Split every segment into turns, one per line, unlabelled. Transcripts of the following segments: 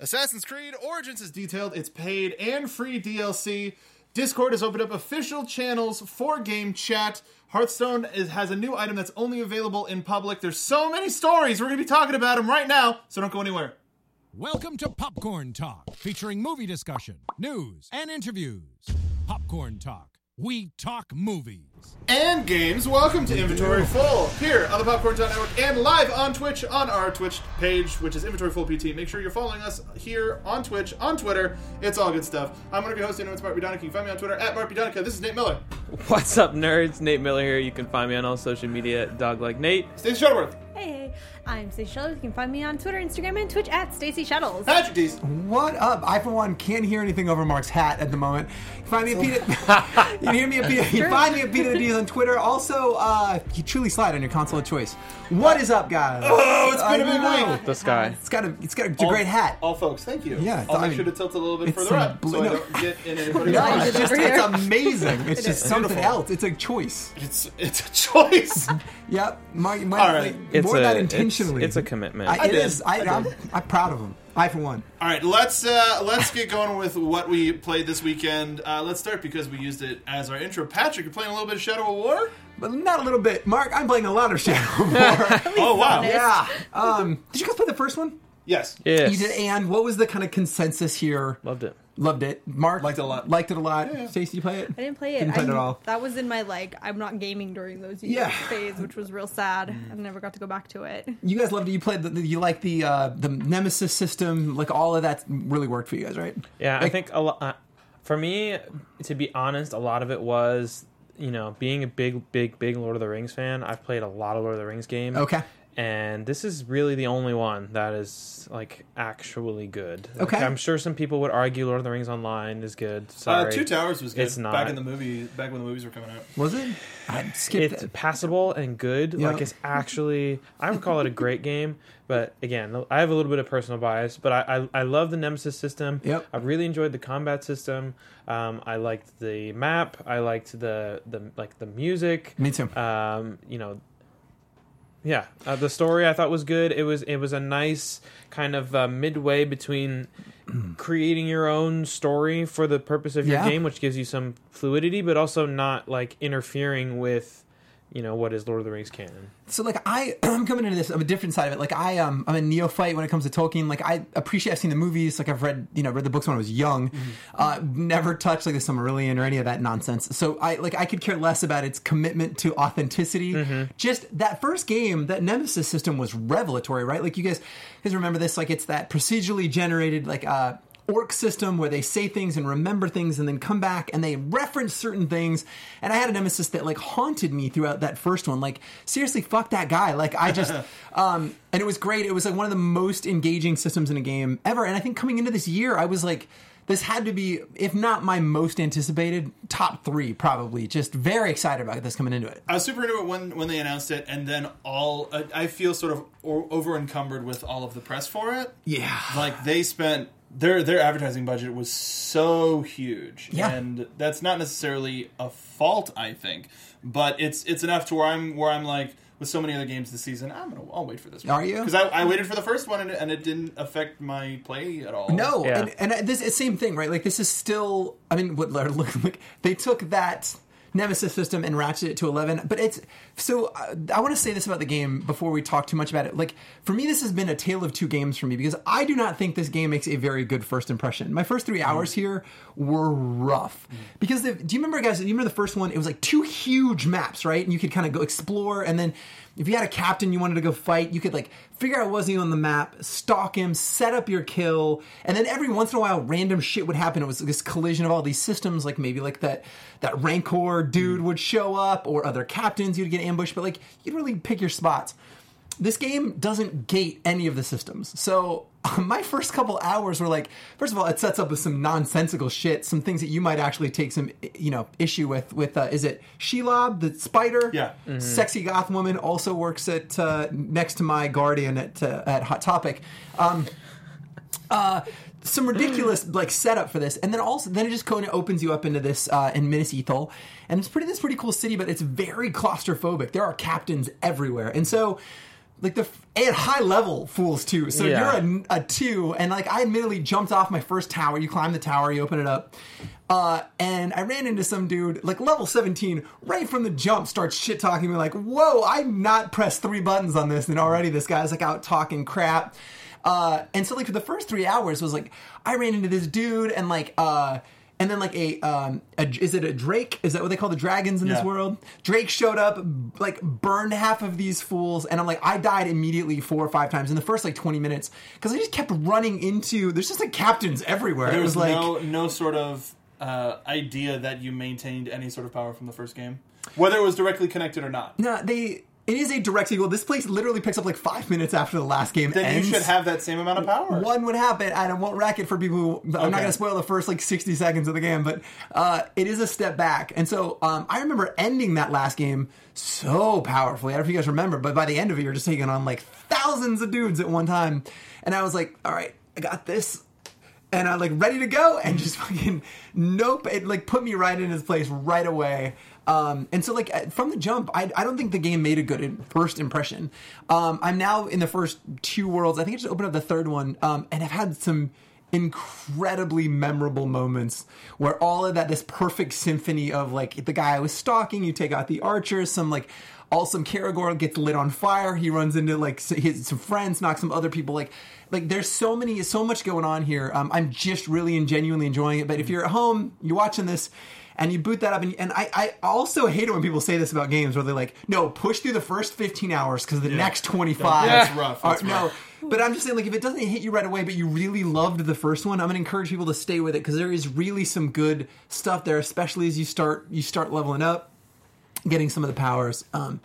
Assassin's Creed Origins is detailed, it's paid and free DLC. Discord has opened up official channels for game chat. Hearthstone is, has a new item that's only available in public. There's so many stories. We're going to be talking about them right now, so don't go anywhere.
Welcome to Popcorn Talk, featuring movie discussion, news, and interviews. Popcorn Talk, we talk movies.
and games. Welcome to Inventory Full here on the Popcorn Town Network and live on Twitch on our Twitch page, which is Inventory Full PT. Make sure you're following us here on Twitch, on Twitter. It's all good stuff. I'm one of your hosts, and it's Mark Budonica. You can find me on Twitter at Mark Budonica. This is Nate Miller,
What's up, nerds? Nate Miller here. You can find me on all social media at Doglike Nate.
Stacey Shuttleworth,
Hey, hey, I'm Stacey Shuttles. You can find me on Twitter, Instagram, and Twitch at Stacey Shuttles.
Patrick Dees,
What up? I for one can't hear anything over Mark's hat at the moment. You can find me at Peter. you can hear me at Peter. You can find me at Peter the D's on Twitter. Also, uh, you truly slide on your console of choice. What is up, guys?
Oh, it's been a
I
big
know.
week.
The sky.
It's got a it's got a great hat.
All folks, thank you.
Yeah,
I'll
I
make
mean,
sure to tilt a little bit
it's
further
some
up so
blue-
I
no.
don't get in anybody's
No,
eyes.
it's just
over
it's
here.
amazing. It's just something
beautiful.
else. It's a choice.
It's it's a choice.
Yep. My, my,
All right.
like,
It's
wore
a-
that
it's-
intentionally.
it's a commitment.
I,
I
it
did.
is. I,
I did.
I'm, I'm proud of him. I for one.
All right, let's uh, let's get going with what we played this weekend. Uh, let's start because we used it as our intro. Patrick, you're playing a little bit of Shadow of War.
But not a little bit. Mark, I'm playing a lot of Shadow War.
Oh wow!
yeah. Um, did you guys play the first one?
Yes.
Yes.
You did, and what was the kind of consensus here?
Loved it.
Loved it. Mark
Liked it a lot.
Liked it a lot. Stacey, you play it?
I didn't play it.
Didn't play
I-
it at all.
That was in my like I'm not gaming during those years
Yeah. Mm.
phase, which was real sad. I never got to go back to it.
You guys loved it. You played. The, you liked the uh, the nemesis system. Like all of that really worked for you guys, right?
Yeah, I
Like-
think a lot. Uh, for me, to be honest, a lot of it was you know being a big, big, big Lord of the Rings fan. I've played a lot of Lord of the Rings games.
Okay.
And this is really the only one that is like actually good. Like,
Okay.
I'm sure some people would argue Lord of the Rings Online is good. Sorry.
Uh, Two Towers was good.
It's not.
back in the movie. Back when the movies were coming out.
Was it? I skipped
it's
it.
passable and good.
Yeah.
Like it's actually, I would call it a great game. But again, I have a little bit of personal bias. But I, I, I love the Nemesis system.
Yep.
I really enjoyed the combat system. Um, I liked the map. I liked the the like the music.
Me too.
Um, you know. Yeah, uh, the story I thought was good. It was it was a nice kind of uh, midway between creating your own story for the purpose of your
Yeah.
game, which gives you some fluidity, but also not like interfering with, you know, what is Lord of the Rings canon.
so like I I'm coming into this I'm a different side of it. Like I um I'm a neophyte when it comes to Tolkien. Like I appreciate I've seen the movies, like I've read you know, read the books when I was young. Uh never touched like the Silmarillion or any of that nonsense. So I like I could care less about its commitment to authenticity. Just that first game, that Nemesis system was revelatory, right? Like you guys you guys remember this, like it's that procedurally generated like uh orc system where they say things and remember things and then come back and they reference certain things and i had a nemesis that like haunted me throughout that first one like seriously fuck that guy like i just um and it was great it was like one of the most engaging systems in a game ever and i think coming into this year i was like this had to be if not my most anticipated top three probably just very excited about this coming into it
I was super into it when when they announced it, and then all I, I feel sort of o- over encumbered with all of the press for it.
yeah
Like they spent their their advertising budget was so huge,
Yeah.
and that's not necessarily a fault, I think, but it's it's enough to where I'm where I'm like with so many other games this season, I'm gonna I'll wait for this.
Are you?
Because I, I waited for the first one and it, and it didn't affect my play at all.
No,
Yeah.
and, and I- this it's same thing, right? Like this is still. I mean, what look, look, they took that Nemesis system and ratcheted it to eleven, but it's so. Uh, I want to say this about the game before we talk too much about it. Like for me, this has been a tale of two games for me because I do not think this game makes a very good first impression. My first three hours here were rough because the, do you remember, guys? Do you remember the first one? It was like two huge maps, right? And you could kind of go explore, and then if you had a captain you wanted to go fight, you could like figure out was he on the map, stalk him, set up your kill, and then every once in a while, random shit would happen. It was this collision of all these systems, like maybe like that that rancor dude would show up, or other captains you'd get ambushed, but like you'd really pick your spots. This game doesn't gate any of the systems, so my first couple hours were like, first of all, it sets up with some nonsensical shit, some things that you might actually take some you know issue with. With uh, is it Shelob the spider?
Yeah.
sexy goth woman also works at uh, next to my guardian at uh, at Hot Topic. Um, uh, some ridiculous like setup for this, and then also then it just kind of opens you up into this uh, in Minas Ethel, and it's pretty this pretty cool city, but it's very claustrophobic. There are captains everywhere, and so like the f- at high level fools too. So
Yeah.
you're a, a two, and like I admittedly jumped off my first tower. You climb the tower, you open it up, uh, and I ran into some dude like level 17 right from the jump. Starts shit talking me like, "Whoa, I'm not pressed three buttons on this," and already this guy's like out talking crap. Uh, and so like for the first three hours was like I ran into this dude and like uh and then like a um a, is it a Drake is that what they call the dragons in this
Yeah.
world Drake showed up like burned half of these fools and I'm like I died immediately four or five times in the first like 20 minutes because I just kept running into there's just like captains everywhere
There
it
was
was like
no no sort of uh, idea that you maintained any sort of power from the first game, whether it was directly connected or not.
no they it is a direct sequel this place literally picks up like five minutes after the last game
Then
ends.
you should have that same amount of power.
one would happen, and I won't rack it for people who. I'm not
Okay.
going to spoil the first like 60 seconds of the game, but uh, it is a step back. And so um, I remember ending that last game so powerfully. I don't know if you guys remember, but by the end of it, you're just taking on like thousands of dudes at one time. And I was like, all right, I got this. And I'm like ready to go, and just fucking nope. It like put me right in his place right away. Um, and so like uh, from the jump, I, I don't think the game made a good in- first impression. Um, I'm now in the first two worlds. I think I just opened up the third one, um, and I've had some incredibly memorable moments where all of that this perfect symphony of like the guy I was stalking, you take out the archer, some like awesome Karagor gets lit on fire. He runs into like s- his some friends, knocks some other people. Like like there's so many so much going on here. Um, I'm just really and genuinely enjoying it. But if you're at home, you're watching this and you boot that up and, and I, I also hate it when people say this about games where they're like no push through the first 15 hours because the next 25
That's rough,
are-
that's
no but i'm just saying like if it doesn't hit you right away but you really loved the first one i'm gonna encourage people to stay with it because there is really some good stuff there especially as you start you start leveling up getting some of the powers um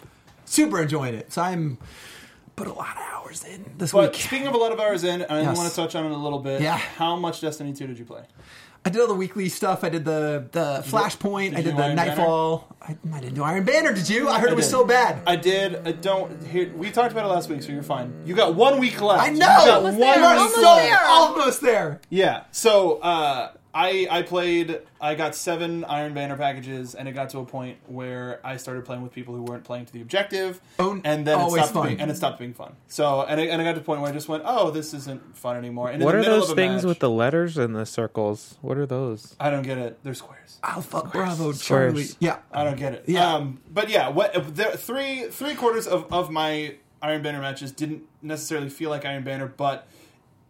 super enjoying it so i'm put a lot of hours in this
But
week
speaking of a lot of hours in, and I
Yes.
want to touch on it a little bit.
Yeah.
How much Destiny 2 did you play?
I did all the weekly stuff. I did the the Flashpoint. I
you
did
do
the
Iron
Nightfall. I, I didn't do Iron Banner. Did you? I heard it was
did.
so bad.
I did. I don't. Here, we talked about it last week, so you're fine. You got one week left.
I know.
You got
Almost
one
there,
week
almost
left.
there.
Almost there.
Yeah. So uh, I I played. I got seven Iron Banner packages, and it got to a point where I started playing with people who weren't playing to the objective,
Oh,
and then it
always
stopped
fun.
Being, and it stopped being fun. So and I, and I got to a point where I just went, oh, this isn't fun anymore. And
What
in
are
the middle
those
of a
things
match-
with the letters and the circles? What are those?
I don't get it. They're squares.
Alpha Oh, Bravo Charlie.
Squares.
Yeah.
I don't get it.
Yeah.
Um, but yeah, what there, three three quarters of, of my Iron Banner matches didn't necessarily feel like Iron Banner, but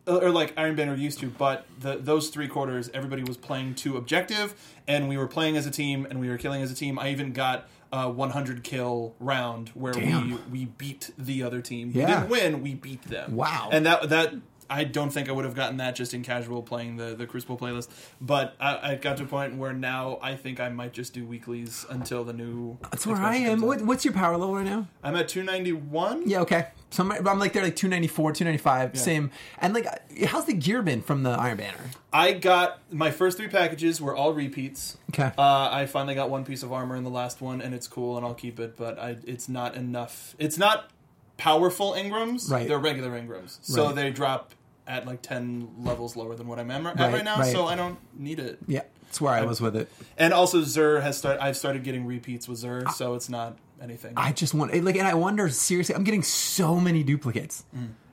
or like Iron Banner used to. But the, those three quarters, everybody was playing to objective, and we were playing as a team, and we were killing as a team. I even got a 100 kill round where we
Damn.
we beat the other team.
Yeah.
We didn't win, we beat them.
Wow.
And that that. I don't think I would have gotten that just in casual playing the, the Crucible playlist, but I, I got to a point where now I think I might just do weeklies until the new.
That's where I am. What, what's your power level right now?
I'm at 291.
Yeah, okay. So I'm, I'm like they're like 294, 295, same. And like, uh, how's the gear been from the Iron Banner?
I got my first three packages were all repeats.
Okay.
Uh, I finally got one piece of armor in the last one, and it's cool, and I'll keep it. But I, it's not enough. It's not powerful Ingrams.
Right.
They're regular Ingrams, so
Right.
they drop at like 10 levels lower than what I'm at right,
Right,
now.
right.
So I don't need it.
Yeah, that's where I was with it.
And also, Zur has started. I've started getting repeats with Zur, so it's not anything.
I just want like, and I wonder seriously. I'm getting so many duplicates.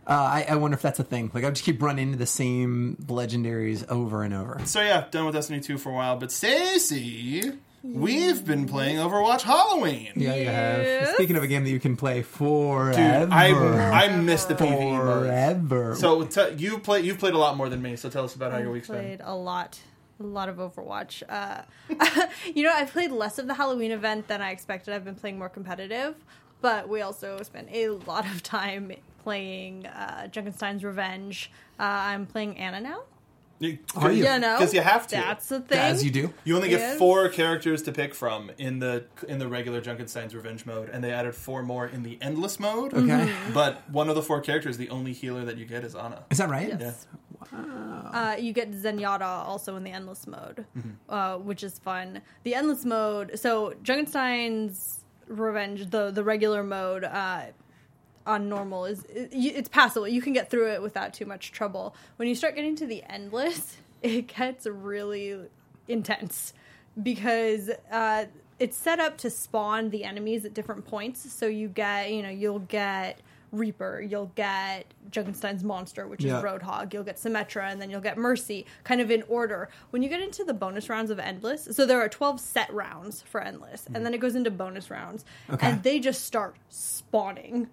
Uh, I, I wonder if that's a thing. Like, I just keep running into the same legendaries over and over.
so yeah, done with Destiny 2 for a while. But Stacy, we've been playing Overwatch Halloween.
Yeah, you have.
Yes.
Speaking of a game that you can play forever,
Dude, I I miss the PvE mode.
forever.
So t- you play you've played a lot more than me. So tell us about how your
I
week's
played
been.
a lot, a lot of Overwatch. Uh, you know, I've played less of the Halloween event than I expected. I've been playing more competitive, but we also spent a lot of time playing uh, Junkenstein's Revenge. Uh, I'm playing Anna now.
You,
Are you?
You know,
Because you have to.
That's the thing.
as you do.
you only get
Yes.
four characters to pick from in the in the regular Junkenstein's Revenge mode, and they added four more in the Endless mode.
Okay.
Mm-hmm.
But one of the four characters, the only healer that you get is Ana.
Is that right?
Yeah.
Uh, you get Zenyatta also in the endless mode, uh, which is fun. The endless mode. So Junkenstein's Revenge, the the regular mode uh, on normal is it, you- it's passable. You can get through it without too much trouble. When you start getting to the endless, it gets really intense because uh, it's set up to spawn the enemies at different points. So you get you know you'll get Reaper, you'll get Junkenstein's Monster, which
Yeah.
is Roadhog, you'll get Symmetra, and then you'll get Mercy, kind of in order. When you get into the bonus rounds of Endless, so there are 12 set rounds for Endless, and then it goes into bonus rounds,
Mm. Okay.
and they just start spawning.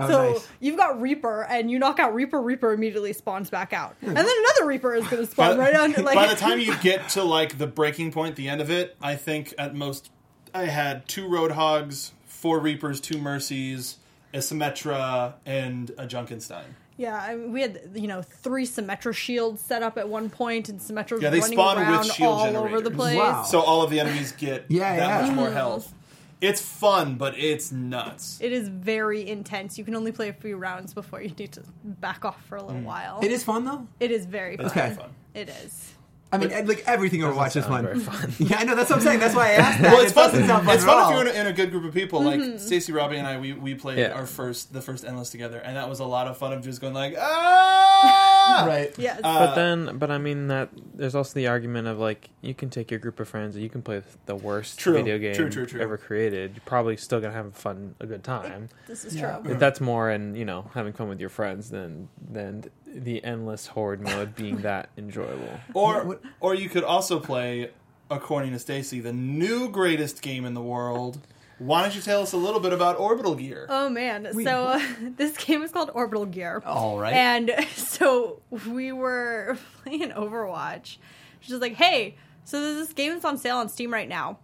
Oh,
so
nice.
you've got Reaper, and you knock out Reaper. Reaper immediately spawns back out, and then another Reaper is going to spawn right on. Like
Hmm. by the time you get to like the breaking point, the end of it, I think at most I had two Roadhogs, four Reapers, two Mercies, a Symmetra, and a Junkenstein.
Yeah, I mean, we had you know three Symmetra shields set up at one point, and Symmetra
Yeah, they
running
spawn with
around
shield
all over the
generators.
place.
Wow.
So all of the enemies get
Yeah,
that
yeah.
much more health. It's fun, but it's nuts.
Mm. It is very intense. You can only play a few rounds before you need to back off for a little while.
It is fun though.
It is very fun.
Okay.
Hmm. fun.
It is.
I mean, like everything Overwatch is fun.
very fun.
yeah, I know. That's what I'm saying. That's why I asked that.
Well, it's
It
fun.
doesn't sound fun
It's
at
fun
all.
if you're in a, in a good group of people.
Mm-hmm.
Like Stacy, Robbie, and I, we, we played
Yeah.
our first the first endless together, and that was a lot of fun. Of just going like, ah,
right.
Yes.
But then, but I mean that there's also the argument of like you can take your group of friends and you can play the worst
True.
video game
True, true, true.
ever created. You're probably still gonna have a fun, a good time.
this is
Yeah.
true.
That's more in you know having fun with your friends than than the endless horde mode being that enjoyable.
Or
What-
or you could also play, according to Stacy, the new greatest game in the world. Why don't you tell us a little bit about Orbital Gear?
Oh man! so uh, this game is called Orbital Gear.
All right.
And so we were playing Overwatch. She's just like, "Hey, so there's this game that's on sale on Steam right now.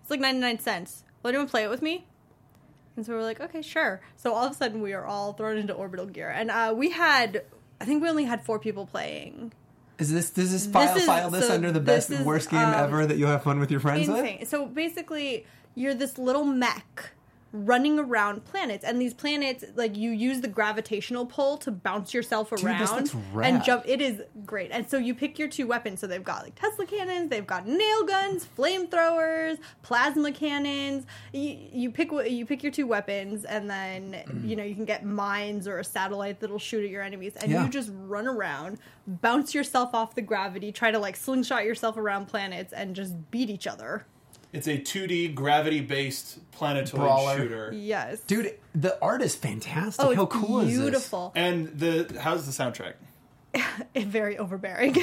It's like 99 cents. Will anyone play it with me?" And so we're like, "Okay, sure." So all of a sudden, we are all thrown into Orbital Gear, and uh, we had, I think we only had four people playing.
Is this does this file
is-
file this
so
under the
this
best
is,
and worst game
um,
ever that you'll have fun with your friends with?
Insane. So basically, you're this little mech running around planets, and these planets, like you use the gravitational pull to bounce yourself around
this looks rad.
and jump. It is great. And so you pick your two weapons. So they've got like Tesla cannons, they've got nail guns, flamethrowers, plasma cannons. You, you pick what you pick your two weapons, and then you know you can get mines or a satellite that'll shoot at your enemies, and
Yeah.
you just run around, bounce yourself off the gravity, try to like slingshot yourself around planets, and just beat each other.
It's a 2D gravity-based planetoid
Brawler.
shooter.
Yes,
Dude, the art is fantastic.
Oh, it's
How cool is this?
beautiful.
And the how's the soundtrack?
It's very overbearing.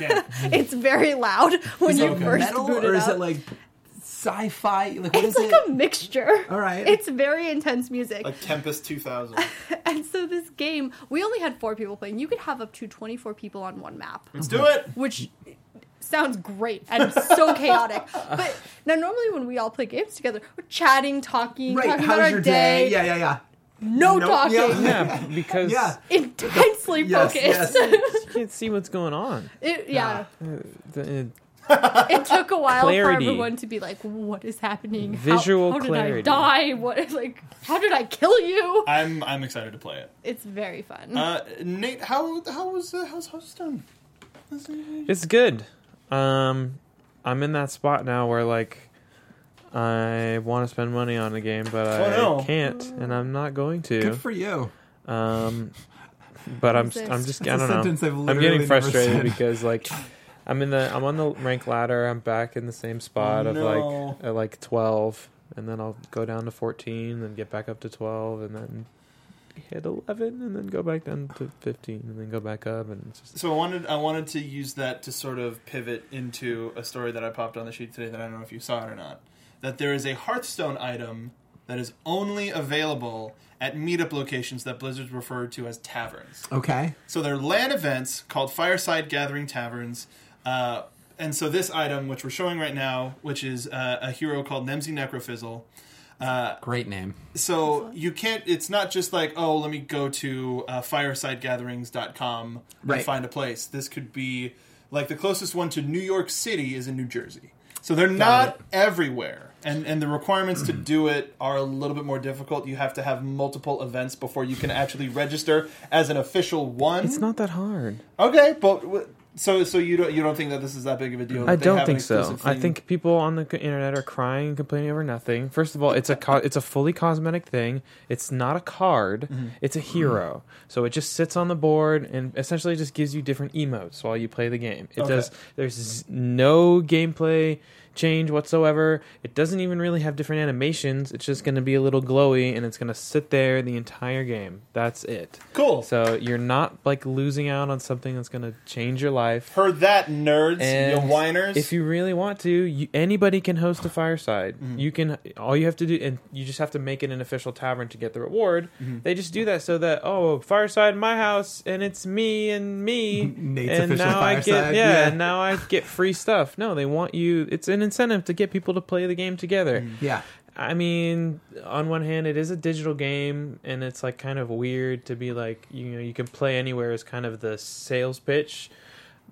Damn.
it's very loud when
Is
you
it
first
metal
boot
or
it
is
up.
it like sci-fi? Like what is
it's like
it?
a mixture.
All right.
It's very intense music.
Like Tempest 2000.
And so this game, we only had four people playing. You could have up to 24 people on one map,
Mm.
Let's do it.
which sounds great and so chaotic. But now, normally when we all play games together, we're chatting, talking,
right.
talking about
How's
our
your
day.
day? Yeah, yeah, yeah.
No
Nope.
talking.
Yeah.
Yeah, because
Yeah.
Intensely
Yes,
focused.
yes.
you can't see what's going on.
It, yeah.
The-
It took a while
Clarity.
for everyone to be like, "What is happening? How-
Visual
how,
clarity. Uh,
did I die? What like? How did I kill you?"
I'm I'm excited to play it.
It's very fun.
Uh, Nate, how how was uh, how's Hearthstone?
It's good. Um, I'm in that spot now where like I want to spend money on a game, but I
no.
can't, and I'm not going to.
Oh, Good for you.
Um, but I'm
That's
I'm just
a
I don't
sentence I've
know. I'm
literally
getting
never
frustrated
said.
because like I'm in the I'm on the rank ladder. I'm back in the same spot of
Oh,
No.
like at like 12, and then I'll go down to 14, then get back up to 12, and then hit 11, and then go back down to 15, and then go back up, and it's just
So I wanted I wanted to use that to sort of pivot into a story that I popped on the sheet today that I don't know if you saw it or not. That there is a Hearthstone item that is only available at meetup locations that Blizzard's referred to as taverns.
Okay.
So they're LAN events called Fireside Gathering Taverns. Uh, and so this item, which we're showing right now, which is uh, a hero called Nemzi Necrofizzle,
Great name.
so you can't it's not just like oh let me go to uh, firesidegatherings.com
Right.
and find a place this could be like the closest one to new york city is in new jersey so they're not everywhere and and the requirements to do it are a little bit more difficult you have to have multiple events before you can actually register as an official one
it's not that hard.
okay but w- So so you don't you don't think that this is that big of a deal? that
I
they
don't
have an
think so.
exclusive
I
thing?
think people on the c- internet are crying and complaining over nothing. First of all, it's a co- it's a fully cosmetic thing. It's not a card.
Mm-hmm.
It's a hero. So it just sits on the board and essentially just gives you different emotes while you play the game. It
Okay.
does. There's z- no gameplay change whatsoever. It doesn't even really have different animations. It's just going to be a little glowy and it's going to sit there the entire game. That's it.
cool.
So you're not like losing out on something that's going to change your life.
Heard that, nerds,
And
you whiners.
If you really want to, you, anybody can host a fireside.
Mm-hmm.
You can. All you have to do, and you just have to make it an official tavern to get the reward.
Mm-hmm.
They just do that so that oh, fireside, my house, and it's me and me,
Nate's
and
official
now I
fireside,
get yeah,
yeah.
and now I get free stuff. No, they want you. It's an incentive to get people to play the game together.
Yeah.
I mean, on one hand, it is a digital game, and it's like kind of weird to be like, you know, you can play anywhere is kind of the sales pitch,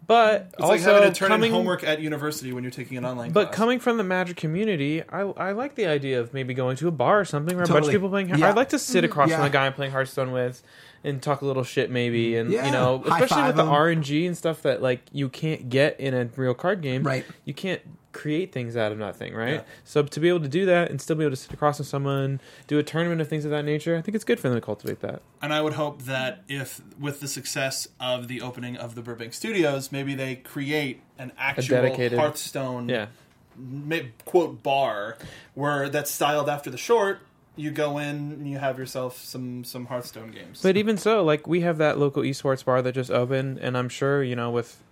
but
it's
also
like having to turn
coming,
in homework at university when you're taking an online
But
class.
coming from the Magic community, I, I like the idea of maybe going to a bar or something where a bunch
Totally.
of people playing.
Yeah. Mm-hmm.
I'd like to sit across
Yeah. Mm-hmm.
from the guy I'm playing Hearthstone with and talk a little shit maybe, and
Yeah.
you know,
High
especially with
five
the
him.
RNG and stuff that like you can't get in a real card game.
Right.
You can't create things out of nothing, right?
Yeah.
So to be able to do that and still be able to sit across from someone, do a tournament of things of that nature, I think it's good for them to cultivate that.
and I would hope that if with the success of the opening of the Burbank Studios, maybe they create an actual
dedicated-
Hearthstone
Yeah.
ma- quote bar where that's styled after the short. You go in and you have yourself some some Hearthstone games.
But even so, like we have that local esports bar that just opened, and I'm sure you know with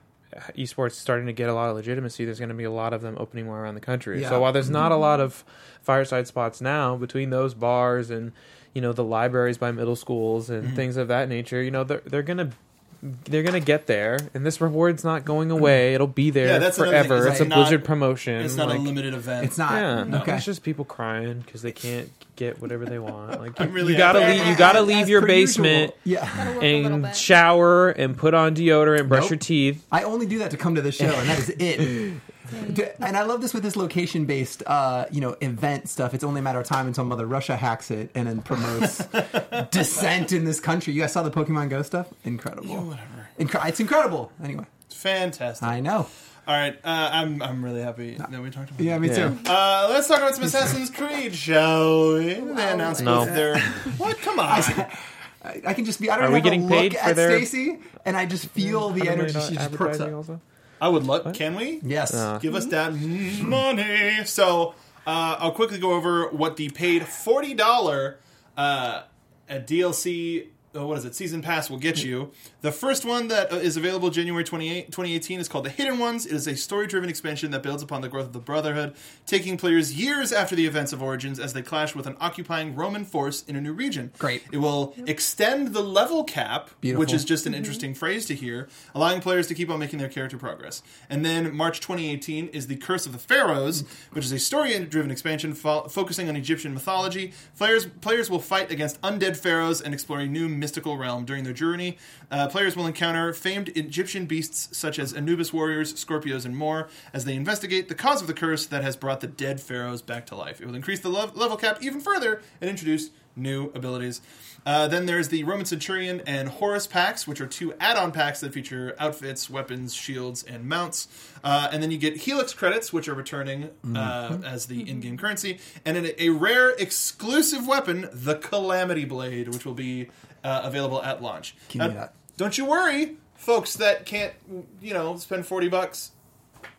esports starting to get a lot of legitimacy, there's going to be a lot of them opening more around the country.
Yeah.
So while there's not a lot
Mm-hmm.
of fireside spots now between those bars and you know the libraries by middle schools and
Mm-hmm.
things of that nature, you know they're they're gonna they're gonna get there, and this reward's not going away. It'll be there
Mm-hmm. Yeah, that's another thing.
forever.
It's
It's, a
like not-
Blizzard promotion.
it's not
like,
a limited event.
It's not.
yeah,
Okay.
it's just people crying because they can't get whatever they want. Like
I'm really
you gotta
upset.
leave, you gotta
As-
leave
as
your
per usual.
basement
Yeah.
Work a little
and
bit.
shower and put on deodorant, brush
Nope.
your teeth.
I only do that to come to the show, and that is it. D- and I love this with this location-based, uh, you know, event stuff. It's only a matter of time until Mother Russia hacks it and then promotes dissent in this country. You guys saw the Pokemon Go stuff? Incredible.
whatever.
Incre- it's incredible. Anyway,
It's fantastic.
I know.
All right, uh, I'm I'm really happy that we talked about.
Yeah, me
Yeah.
too.
Uh, let's talk about some Assassin's Creed, shall we? They announced
No.
both their. What? Come on.
I, I can just be. I don't
Are
even
we
have
getting
to
paid
look
for
at
their-
Stacy, and I just feel the
Hundred million
energy.
dollar
She just perks
advertising
up.
also?
I would love. Can we?
Yes. Mm-hmm.
Give us that money. So uh, I'll quickly go over what the paid forty dollar uh, a DLC. oh, What is it? Season pass will get you. The first one that uh, is available January 28, 2018 is called The Hidden Ones. It is a story driven expansion that builds upon the growth of the Brotherhood, taking players years after the events of Origins as they clash with an occupying Roman force in a new region.
Great.
It will extend the level cap, which
Beautiful.
is just an interesting phrase to hear, allowing players to keep on making their character progress. And then March 2018 is The Curse of the Pharaohs, which is a story driven expansion fo- focusing on Egyptian mythology. Players, players will fight against undead pharaohs and explore a new mystical realm. During their journey, uh, players will encounter famed Egyptian beasts such as Anubis warriors, Scorpios, and more as they investigate the cause of the curse that has brought the dead pharaohs back to life. It will increase the lev- level cap even further and introduce new abilities. Uh, then there's the Roman Centurion and Horus packs, which are two add-on packs that feature outfits, weapons, shields, and mounts. Uh, and then you get Helix credits, which are returning uh,
Mm-hmm.
as the in-game currency, and then a rare exclusive weapon, the Calamity Blade, which will be uh, available at launch.
Give me
Uh,
that.
Don't you worry, folks that can't, you know, spend forty bucks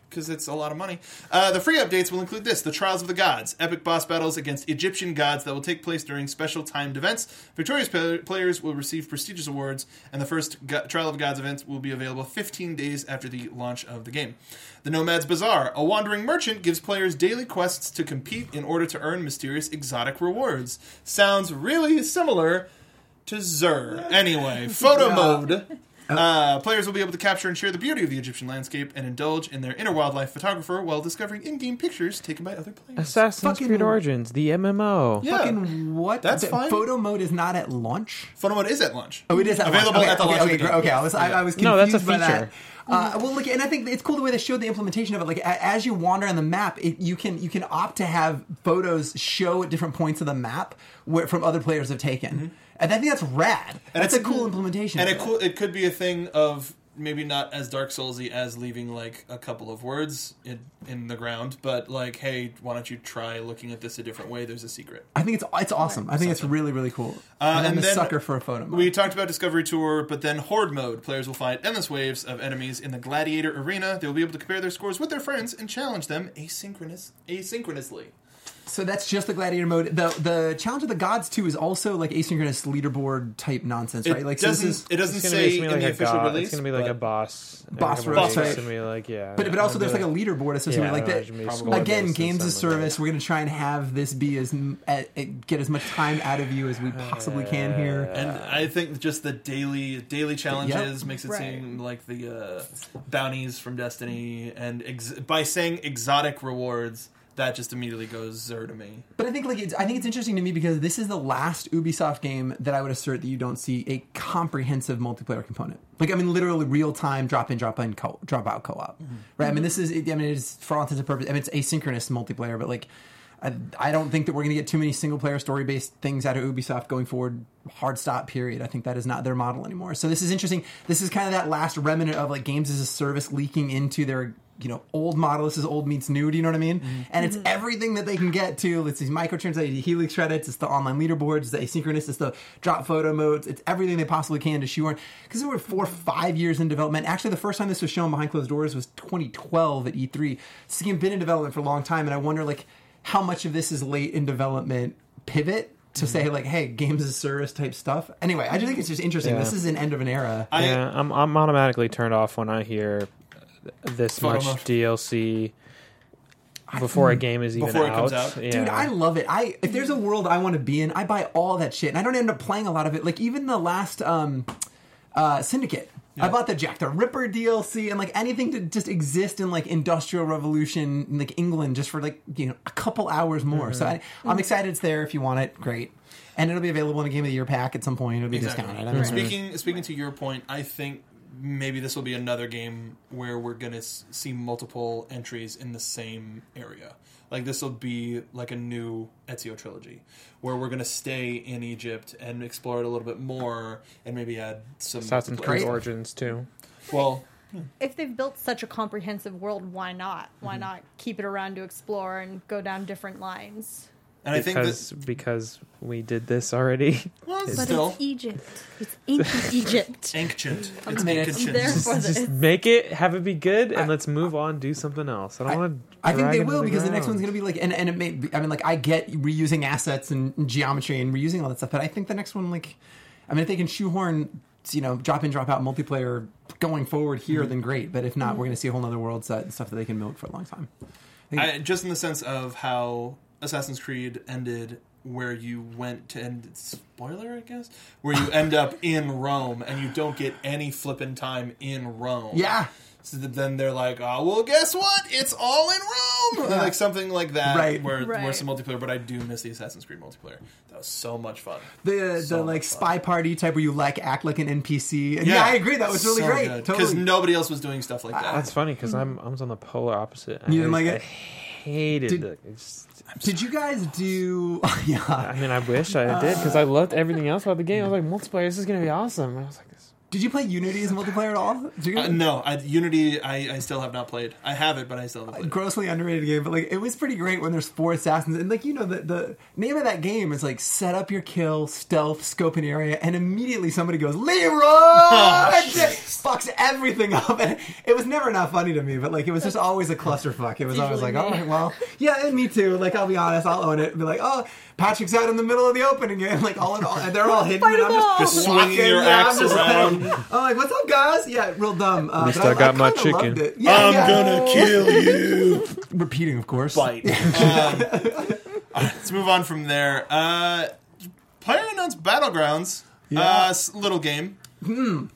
because it's a lot of money. Uh, the free updates will include this the Trials of the Gods, epic boss battles against Egyptian gods that will take place during special timed events. Victorious pa- players will receive prestigious awards, and the first Go- Trial of the Gods event will be available 15 days after the launch of the game. The Nomad's Bazaar, a wandering merchant, gives players daily quests to compete in order to earn mysterious exotic rewards. Sounds really similar to Xur. Anyway, photo mode. Uh, players will be able to capture and share the beauty of the Egyptian landscape and indulge in their inner wildlife photographer while discovering in-game pictures taken by other players.
Assassin's
Fucking-
Creed Origins, the MMO.
Yeah.
Fucking what?
That's
The
fine.
Photo mode is not at launch.
Photo mode is at launch.
Oh, it is at
available
launch. Okay,
at the
okay,
launch. of
Okay,
the game.
great. okay. I was, I, I was confused
No, that's a
by that.
feature.
Uh, well, look, and I think it's cool the way they showed the implementation of it. Like a- as you wander on the map, it, you can you can opt to have photos show at different points of the map where, from other players have taken, and I think that's rad. that's
Mm-hmm. it's
a cool implementation.
And
of
it, cool, it could be a thing of maybe not as Dark Soulsy as leaving like a couple of words in in the ground, but like, hey, why don't you try looking at this a different way? There's a secret.
I think it's it's awesome. I think it's really really cool. and I'm
Uh, and
a
then
sucker for a photo. mode.
We talked about Discovery Tour, but then Horde mode. Players will fight endless waves of enemies in the Gladiator Arena. They will be able to compare their scores with their friends and challenge them asynchronous asynchronously.
So that's just the gladiator mode. The the challenge of the gods too is also like asynchronous leaderboard type nonsense, right?
It
Like so this
doesn't
is,
it doesn't
It's gonna, be,
say
it's gonna be
in
like
the
a
official
god-
release.
It's gonna be like a
but-
boss. every
Boss
couple
rush,
days.
right?
It's gonna be like yeah.
but but also
I'll
there's
do
like a
it.
leaderboard associated
Yeah,
with
I
like
don't know, just
that.
score
Again,
lists and
games as
stuff like that.
service. We're gonna try and have this be as m- at, at- get as much time out of you as we possibly can here.
And I think just the daily daily challenges makes it
Right.
seem like the uh, bounties from Destiny, and ex- by saying exotic rewards, that just immediately goes zer to me.
But I think like it's, I think it's interesting to me because this is the last Ubisoft game that I would assert that you don't see a comprehensive multiplayer component. Like I mean, literally real time drop in, drop in, co- drop out co op. Right? I mean, this is I mean, it's for all intents and purposes. I mean, it's asynchronous multiplayer, but like. I, I don't think that we're going to get too many single player story based things out of Ubisoft going forward. Hard stop period. I think that is not their model anymore. So this is interesting. This is kind of that last remnant of like games as a service leaking into their you know old model. This is old meets new. Do you know what I mean? And it's everything that they can get to. It's these microtransactions, Helix credits. It's the online leaderboards. It's the asynchronous. It's the drop photo modes. It's everything they possibly can to shoehorn. Because we're four or five years in development. Actually, the first time this was shown behind closed doors was 2012 at E E3. This game been in development for a long time, and I wonder like how much of this is late in development pivot to say like hey games as service type stuff anyway i just think it's just interesting
Yeah.
this is an end of an era
I-
Yeah, I'm I'm automatically turned off when I hear this
Photo
much
mode.
DLC before a game is even
Before it
out.
comes out.
Yeah.
Dude, I love it. I if there's a world I want to be in, I buy all that shit, and I don't end up playing a lot of it. Like even the last um, uh, Syndicate, I bought the Jack the Ripper DLC, and like anything to just exist in like Industrial Revolution, in, like England, just for like you know a couple hours more. So I, I'm excited it's there if you want it. Great, and it'll be available in a Game of the Year pack at some point. It'll be discounted. I mean,
Speaking speaking to your point, I think maybe this will be another game where we're gonna s- see multiple entries in the same area. Like this will be like a new Ezio trilogy, where we're gonna stay in Egypt and explore it a little bit more, and maybe add some.
Assassin's
multiplayer.
Creed
Great.
Origins too.
Well,
if they've built such a comprehensive world, why not? Why not keep it around to explore and go down different lines?
and I think that
because because we did this already.
But
still
it's e- Egypt. It's ancient Egypt.
ancient. It's
mean, it's-
ancient.
Therefore,
Just
it's,
make it, have it be good, and let's move on, do something else. I don't want to.
I think they will because the next one's going to be like, and, and it may be, I mean, like, I get reusing assets and geometry and reusing all that stuff, but I think the next one, like, I mean, if they can shoehorn, you know, drop in, drop out multiplayer going forward here,
Mm-hmm.
then great. But if not, we're going to see a whole other world set and stuff that they can milk for a long time.
I, just in the sense of how Assassin's Creed ended, where you went to end. Spoiler, I guess, where you end up in Rome and you don't get any flippin' time in Rome.
Yeah.
So th- then they're like, oh, well, guess what? It's all in Rome,
Yeah.
like something like that,
Right.
Where where
Right.
some multiplayer. But I do miss the Assassin's Creed multiplayer. That was so much fun.
The,
So
the like
much fun.
spy party type where you like act like an NPC. And yeah. I agree. That was really great.
because
Totally. Ah,
nobody else was doing stuff like that.
That's funny because I'm I was on the polar opposite. I
You didn't like
I
it?
hated
Did-
it. It's-
Did you guys do? yeah.
I mean, I wish I did because I loved everything else about the game. I was like, multiplayer, this is gonna be awesome. And I was like, this.
Did you play Unity as multiplayer at all? Did you
Uh, no, I, Unity. I, I still have not played. I have it, but I still haven't played. it.
grossly underrated game, but like it was pretty great when there's four assassins and like you know the the name of that game is like set up your kill, stealth, scope an area, and immediately somebody goes Leroy, and just fucks everything up, and it was never not funny to me, but like it was just always a clusterfuck. It was always
usually
like,
me.
all right, well, yeah, and me too. Like I'll be honest, I'll own it, and be like, oh, Patrick's out in the middle of the open again, like all in all, and they're all hidden,
Fight
and I'm
them all.
just,
Just
swinging
walking,
your
yeah, I'm
axe
just like-
around.
I'm like, what's up, guys? Yeah, real dumb. Uh,
least
but
I got my
kinda loved
chicken.
it. Yeah, yeah.
kill you.
repeating, of course.
bite. Um, all right, let's move on from there. Uh, PlayerUnknown's Battlegrounds, uh, s- little game,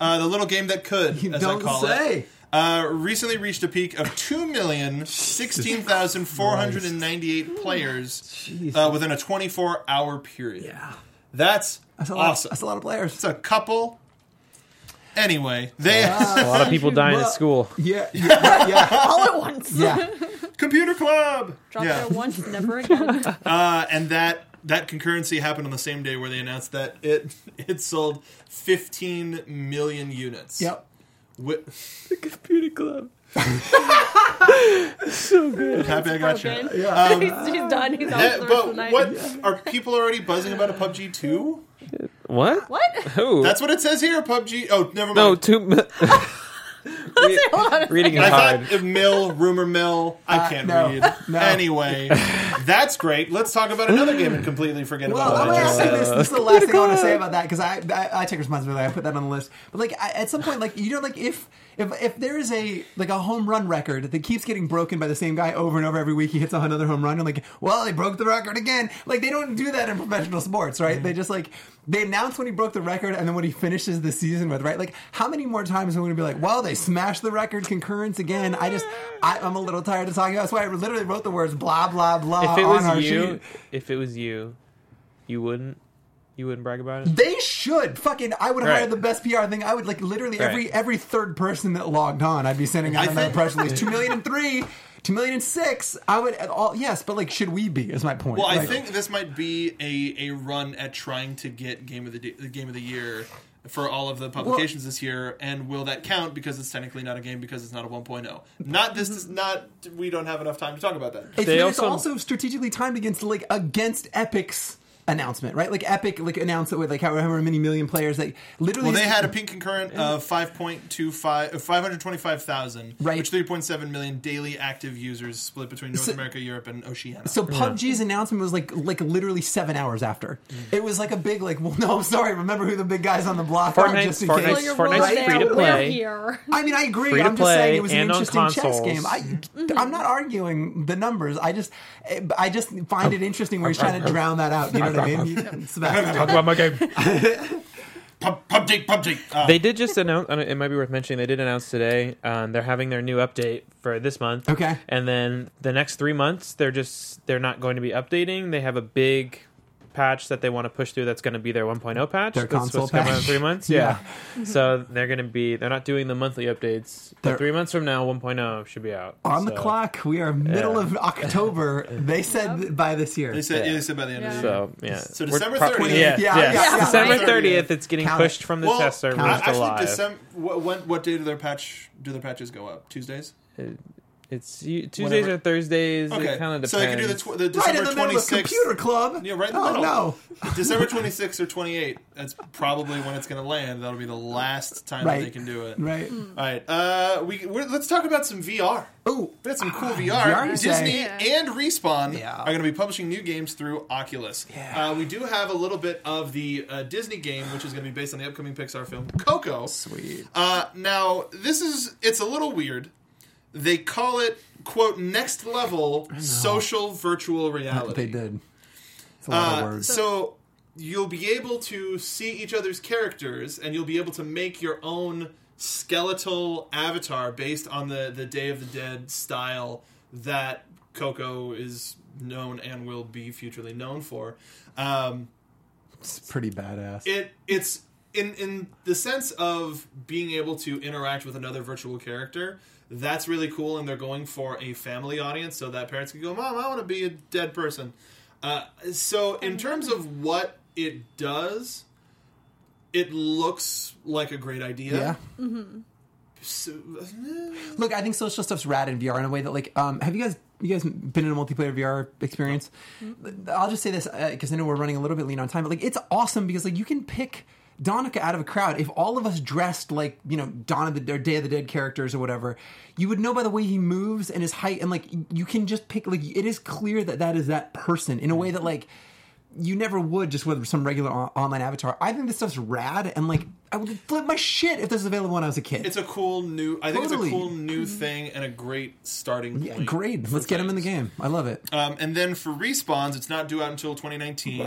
uh, the little game that could,
Hmm. You
as I
don't
call
say.
it, uh, recently reached a peak of two million sixteen thousand four hundred and ninety-eight players uh, within a twenty-four hour period.
Yeah.
That's,
That's a lot,
awesome.
That's a lot of players.
It's a couple. Anyway, they
A lot of people dying at school.
Yeah, yeah, yeah.
all at once.
yeah.
computer club.
Drop
Yeah.
there once, never again.
Uh, and that that concurrency happened on the same day where they announced that it it sold 15 million units.
Yep.
Wi-
Computer Club. so good.
happy I got you.
Broken. he's, he's done. He's out
Eh,
for the rest of the
but
night.
what are people already buzzing about a PUBG two?
What?
What?
Who?
That's what it says here. PUBG. Oh, never mind.
no two.
Hold on a
reading is
I
hard.
thought mill, rumor mill. I can't
Uh, no,
read.
no.
Anyway, that's great. Let's talk about another game and completely forget
Well,
about
I'm
what I
gonna
just
say
said.
this. This is the last thing I want to say about that because I, I I take responsibility. I put that on the list. But like I, at some point, like you know, like if if if there is a like a home run record that keeps getting broken by the same guy over and over every week, he hits another home run. and like, well, he broke the record again. Like they don't do that in professional sports, right? They just like they announce when he broke the record and then what he finishes the season with, right? Like how many more times are we gonna be like, well, they smashed the record concurrence again? I just I, I'm a little tired of talking. about it. That's why I literally wrote the words blah blah blah
if it
Uh, on our
was
sheet.
you, if it was you, you wouldn't, you wouldn't brag about it.
They should fucking. I would hire
Right.
the best PR thing. I would like literally every
Right.
every third person that logged on, I'd be sending out
I
another
think-
press release. Two million and three, two million and six. I would at all. Yes, but like, should we be? Is my point.
Well, I
Like,
think this might be a, a run at trying to get game of the day, the game of the year for all of the publications this year, and will that count because it's technically not a game because it's not a 1.0? Not this
Mm-hmm.
is not we don't have enough time to talk about that.
it's,
they
but it's
also-
also strategically timed against like against Epic's announcement, right? Like Epic like announced it with like however many million players. Like literally,
Well, they had a peak concurrent
Mm-hmm.
of 5.25 uh, 525,000,
Right.
which 3.7 million daily active users split between North
So-
America, Europe, and Oceania.
So PUBG's announcement was like like literally seven hours after.
Mm.
It was like a big like. Well, no, I'm sorry. Remember who the big guys on the block are?
Fortnite-
Just in
Fortnite's
case.
Well, you're
Fortnite's
rolling
free to
out. We're
play.
here.
I mean, I agree.
Free to
I'm just saying it was
play
an
and on
interesting chess
consoles. Mm-hmm.
game. I, I'm not arguing the numbers. I just, I just find it interesting where he's trying to drown that out. You know what I mean? You- Sebastian.
about my game.
Pub, PUBG, PUBG. Uh,
They did just announce. and It might be worth mentioning. They did announce today. Um, they're having their new update for this month.
Okay.
And then the next three months, they're just they're not going to be updating. They have a big patch that they want to push through. That's going to be their 1.0 patch.
Their
that's
console
supposed to come out in
patch.
three months. Yeah. so they're going to be. They're not doing the monthly updates.
They're-
But three months from now, 1.0 should be out.
On the
So-
clock, we are middle
Yeah.
of October. They said th- by this year.
they said, they said by the end of
Yeah.
the year.
So yeah.
So
We're
December
pro-
30th.
Yes,
Yeah,
yes.
yeah, yeah.
December
Right.
30th. It's getting
Count it.
pushed from the
well,
test server
I-
to
actually,
live.
December, what, when, what day do their patch do their patches go up? Tuesdays.
It's you- Tuesdays
Whatever.
or Thursdays.
Okay,
It kind of depends.
so they can do the, tw- the
right
December
in the middle of
sixth.
computer club.
Yeah, right in the
oh,
middle.
no.
December twenty sixth or twenty eighth. That's probably when it's going to land. That'll be the last time that
Right.
they can do it.
Right.
All right. Uh, we we're, let's talk about some VR.
Oh,
We had some cool VR.
VR you say?
Disney and Respawn
Yeah.
are going to be publishing new games through Oculus.
Yeah.
Uh, we do have a little bit of the uh, Disney game, which is going to be based on the upcoming Pixar film Coco.
sweet.
Uh, now, this is it's a little weird. They call it quote next level social virtual reality.
They did. It's a lot
Uh,
of words.
So you'll be able to see each other's characters, and you'll be able to make your own skeletal avatar based on the the Day of the Dead style that Coco is known and will be futurely known for. Um,
it's pretty badass.
it it's in in the sense of being able to interact with another virtual character that's really cool and they're going for a family audience so that parents can go mom i want to be a dead person uh, so in terms of what it does it looks like a great idea
yeah.
So-
Look, I think social stuff's rad in VR in a way that like, um, have you guys you guys been in a multiplayer VR experience? I'll just say this because I know we're running a little bit lean on time, but like it's awesome because like you can pick. Donica out of a crowd. If all of us dressed like you know Dawn of the or Day of the Dead characters or whatever, you would know by the way he moves and his height, and like you can just pick. Like it is clear that that is that person in a way that like you never would just with some regular on- online avatar. I think this stuff's rad, and like I would flip my shit if this was available when I was a kid.
it's a cool new i think
Totally.
it's a cool new thing and a great starting point
Yeah, great. Let's get him in the game. I love it.
Um, and then for respawns, it's not due out until 2019.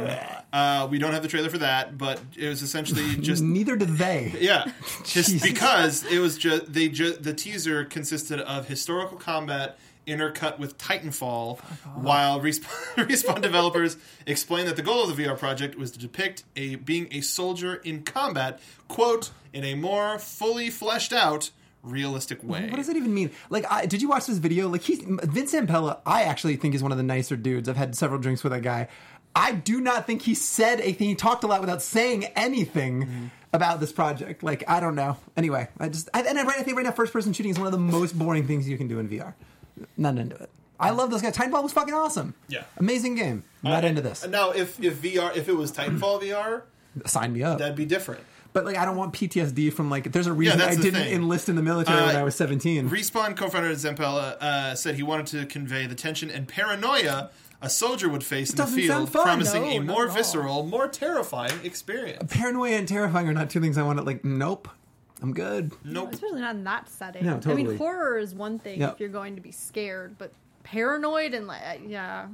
Uh, we don't have the trailer for that, but it was essentially just
Neither do they.
Yeah, just
Jesus.
because it was just they just the teaser consisted of historical combat intercut with Titanfall, while respawn, respawn developers explained that the goal of the VR project was to depict a being a soldier in combat, quote, in a more fully fleshed out realistic way.
What does that even mean? Like, I, did you watch this video? Like, he's Vince Ampella. I actually think is one of the nicer dudes. I've had several drinks with that guy. I do not think he said anything. He talked a lot without saying anything
Mm-hmm.
about this project. Like, I don't know. Anyway, I just I, and I, right, I think right now, first person shooting is one of the most boring things you can do in VR. Not into it. I love those guys. Timeball was fucking awesome.
Yeah. Uh,
amazing game. Not into this.
Now, if if VR, if it was Titanfall VR,
Sign me up.
that'd be different.
But like, I don't want PTSD from like. There's a reason
that's
I
the
didn't
thing.
enlist in the military when
Uh,
I was 17.
Respawn co-founder Zempella uh, said he wanted to convey the tension and paranoia a soldier would face in the
doesn't sound
field,
fun.
promising
No,
a
not
more
at all.
visceral, more terrifying experience.
paranoia and terrifying are not two things I want to like. Nope, I'm good.
Nope.
Especially not in that setting.
No,
I
totally.
mean, horror is one thing
Yeah.
if you're going to be scared, but paranoid and like, uh, yeah.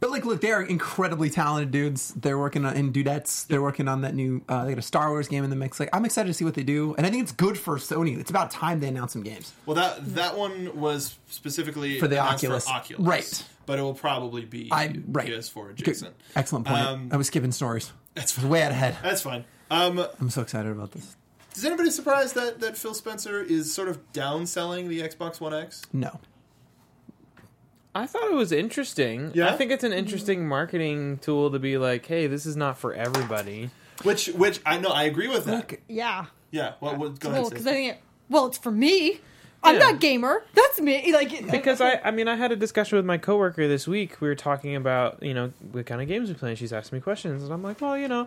But like, look, they are incredibly talented dudes. They're working on in dudettes. They're working on that new. Uh, they got a Star Wars game in the mix. Like, I'm excited to see what they do, and I think it's good for Sony. It's about time they announce some games.
Well, that that one was specifically
For the
announced
Oculus.
Oculus,
Right.
But it will probably be
I right.
PS4
Good.
adjacent.
Excellent point.
Um,
I was skipping stories.
That's
I was
fine.
way out ahead.
That's fine. Um,
I'm so excited about this.
is anybody surprised that that Phil Spencer is sort of downselling the Xbox One X?
No,
I thought it was interesting.
Yeah?
I think it's an interesting marketing tool to be like, hey, this is not for everybody.
Which which I know I agree with that.
Look,
Yeah.
Yeah. Well, well go
Well,
ahead.
because
Sid.
I think, it, well, it's for me. I'm
Yeah.
not gamer. That's me. Like, it-
because I, I mean, I had a discussion with my coworker this week. We were talking about, you know, what kind of games we play, and she's asking me questions, and I'm like, well, you know,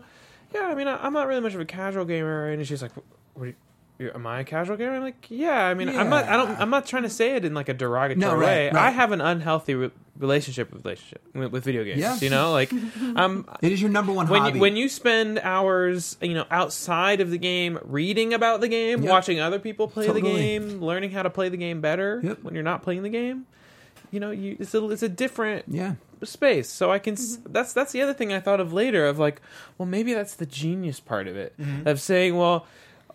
yeah, I mean, I, I'm not really much of a casual gamer, and she's like, what are you, you're- am I a casual gamer? I'm like, yeah, I mean, I'm not, I don't, I'm not trying to say it in like a derogatory
No, right,
way.
right.
I have an unhealthy re- relationship with relationship with, with video games.
Yeah.
You know, like, um,
it is your number one
when
hobby.
you, when you spend hours you know outside of the game reading about the game
Yep.
watching other people play
Totally.
the game learning how to play the game better
Yep.
when you're not playing the game you know you it's a, it's a different
yeah,
space so i can s that's that's the other thing i thought of later of like well maybe that's the genius part of it
Mm-hmm.
of saying well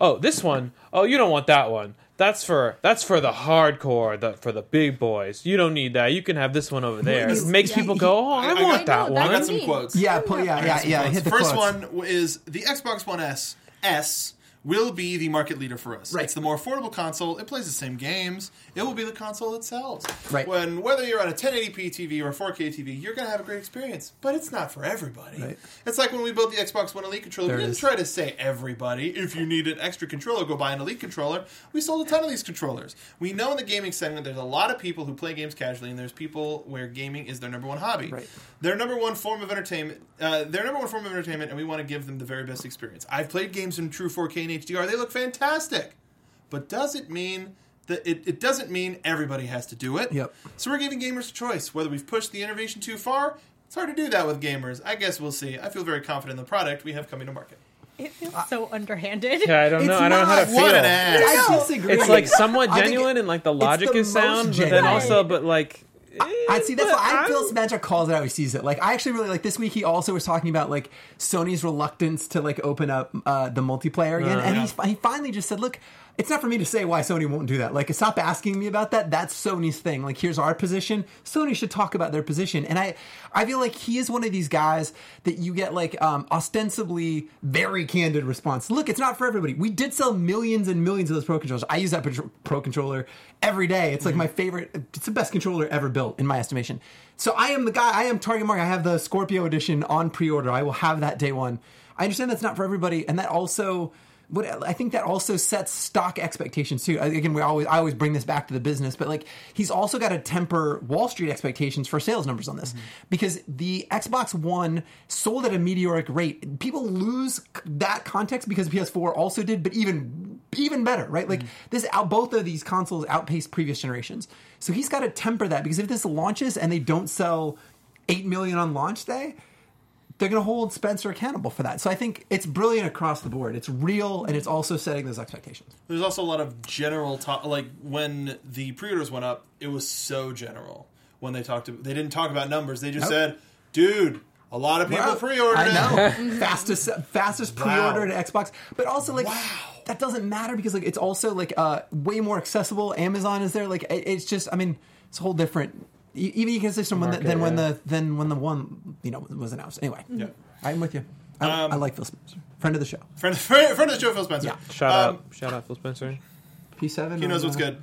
oh this one oh you don't want that one that's for that's for the hardcore the for the big boys you don't need that you can have this one over there it
he's-
makes
yeah,
people
he-
go oh i,
I got-
want
I
that
know,
one
I got
that's
some
me.
quotes.
yeah, pull, yeah, yeah, yeah. Hit the
first
quotes.
one w- is the Xbox One S. S will be the market leader for us.
Right.
It's the more affordable console. It plays the same games. It will be the console that sells.
Right.
When whether you're on a 1080p TV or a 4K TV, you're going to have a great experience. But it's not for everybody.
Right.
It's like when we built the Xbox One Elite controller.
There it
we didn't
is.
try to say everybody. If you need an extra controller, go buy an Elite controller. We sold a ton of these controllers. We know in the gaming segment there's a lot of people who play games casually, and there's people where gaming is their number one hobby.
Right.
Their number one form of entertainment. Uh, their number one form of entertainment, and we want to give them the very best experience. I've played games in true 4K and HDR. They look fantastic. But does it mean that it, it doesn't mean everybody has to do it?
Yep.
So we're giving gamers a choice whether we've pushed the innovation too far. It's hard to do that with gamers. I guess we'll see. I feel very confident in the product we have coming to market.
it feels so underhanded.
yeah, i don't
It's
know i don't know how
not-
to feel
What an ass!
I disagree.
it's like somewhat
I think
genuine
it-
and like the
the
logic is
most
sound, but then
genuine.
also, but like, eh,
I see. That's why I feel
feel.
Spencer calls it how he sees it. Like I actually really like this week. He also was talking about like Sony's reluctance to like open up uh, the multiplayer again, and he's, he finally just said, "Look, it's not for me to say why Sony won't do that. Like, stop asking me about that. That's Sony's thing. Like, here's our position. Sony should talk about their position." And I, I feel like he is one of these guys that you get like um, ostensibly very candid response. Look, it's not for everybody. We did sell millions and millions of those pro controllers. I use that pro- pro controller every day. It's like my favorite. It's the best controller ever built, in my estimation. So I am the guy. I am target market. I have the Scorpio edition on pre-order. I will have that day one. I understand that's not for everybody, and that also. What, I think that also sets stock expectations too. Uh, Again, we always I always bring this back to the business, but like he's also got to temper Wall Street expectations for sales numbers on this because the Xbox One sold at a meteoric rate. People lose c- that context because PS4 also did, but even even better, right? Like this out both of these consoles outpaced previous generations. So he's got to temper that because if this launches and they don't sell 8 million on launch day, they're going to hold Spencer accountable for that. So I think it's brilliant across the board. It's real and it's also setting those expectations.
There's also a lot of general talk. Like when the pre-orders went up, it was so general. When they talked, they didn't talk about numbers. They just
Nope.
said, "Dude, a lot of people
Wow.
pre-ordered."
I
it."
know. fastest fastest
Wow.
pre-order to Xbox. But also like that doesn't matter because like it's also like uh way more accessible. Amazon is there like it- it's just I mean it's a whole different e- even you can say someone
Market,
than when
yeah.
the than when the one you know was announced. Anyway.
Yeah. Um,
I'm with you. I, I like Phil Spencer. Friend of the show.
Friend, friend, friend of the show, Phil Spencer.
Yeah.
Shout
Um,
out, shout out, Phil Spencer.
P7.
He knows what's good.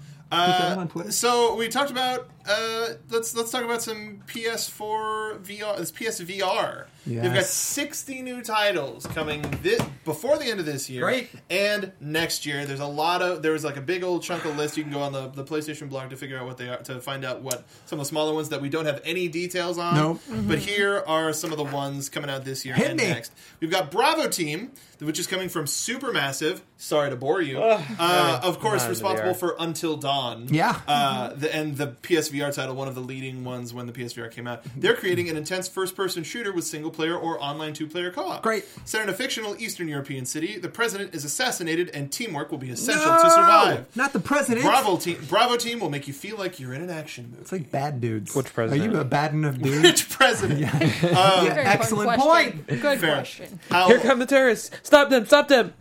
Uh,
that on Twitter?
so we talked about uh, let's let's talk about some PS4 VR. This PSVR. They've got
Yes.
60 new titles coming this, before the end of this year,
Great.
and next year. There's a lot of there was like a big old chunk of list. You can go on the, the PlayStation blog to figure out what they are to find out what some of the smaller ones that we don't have any details on.
Nope.
But here are some of the ones coming out this year
Hit
and
me.
next. We've got Bravo Team, which is coming from Supermassive. Sorry to bore you. uh, of course,
Not into
responsible
VR.
for Until Dawn.
Yeah.
Uh, the, and the PSVR title, one of the leading ones when the PSVR came out. They're creating an intense first person shooter with single player or online two player co op.
Great.
Set in a fictional Eastern European city, the president is assassinated and teamwork will be essential to survive.
Not the president.
Bravo Team Bravo Team will make you feel like you're in an action movie.
It's like bad dudes.
Which president?
Are you a bad enough dude?
Which president?
Yeah,
Very
excellent
important
point.
question. Good
Fair.
question.
oh.
How-
Here come the terrorists! Stop them! Stop them!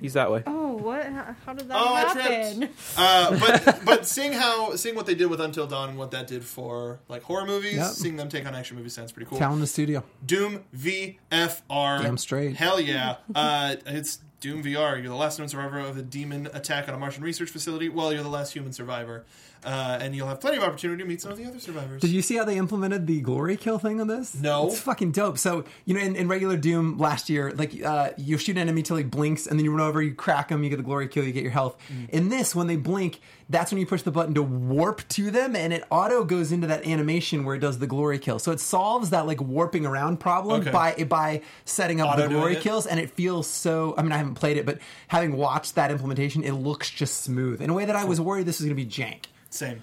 He's that way.
Oh, what? How how did that
Oh, I
happen?
tripped. Uh, but but seeing how seeing what they did with Until Dawn and what that did for like horror movies,
Yep.
seeing them take on action movies sounds pretty cool.
Town in the studio.
Doom VFR.
Damn straight.
Hell yeah. Uh, it's Doom VR. You're the last known survivor of a demon attack on a Martian research facility. Well, you're the last human survivor. Uh, and you'll have plenty of opportunity to meet some of the other survivors.
Did you see how they implemented the glory kill thing on this?
No.
It's fucking dope. So, you know, in, in regular Doom last year, like, uh, you shoot an enemy till he blinks, and then you run over, you crack him, you get the glory kill, you get your health.
Mm.
In this, when they blink, that's when you push the button to warp to them, and it auto goes into that animation where it does the glory kill. So it solves that, like, warping around problem
Okay.
by by setting up the
Auto-doing
glory
it?
kills feels- and it feels so I mean I haven't played it but having watched that implementation it looks just smooth in a way that I was worried this was going to be jank.
Same.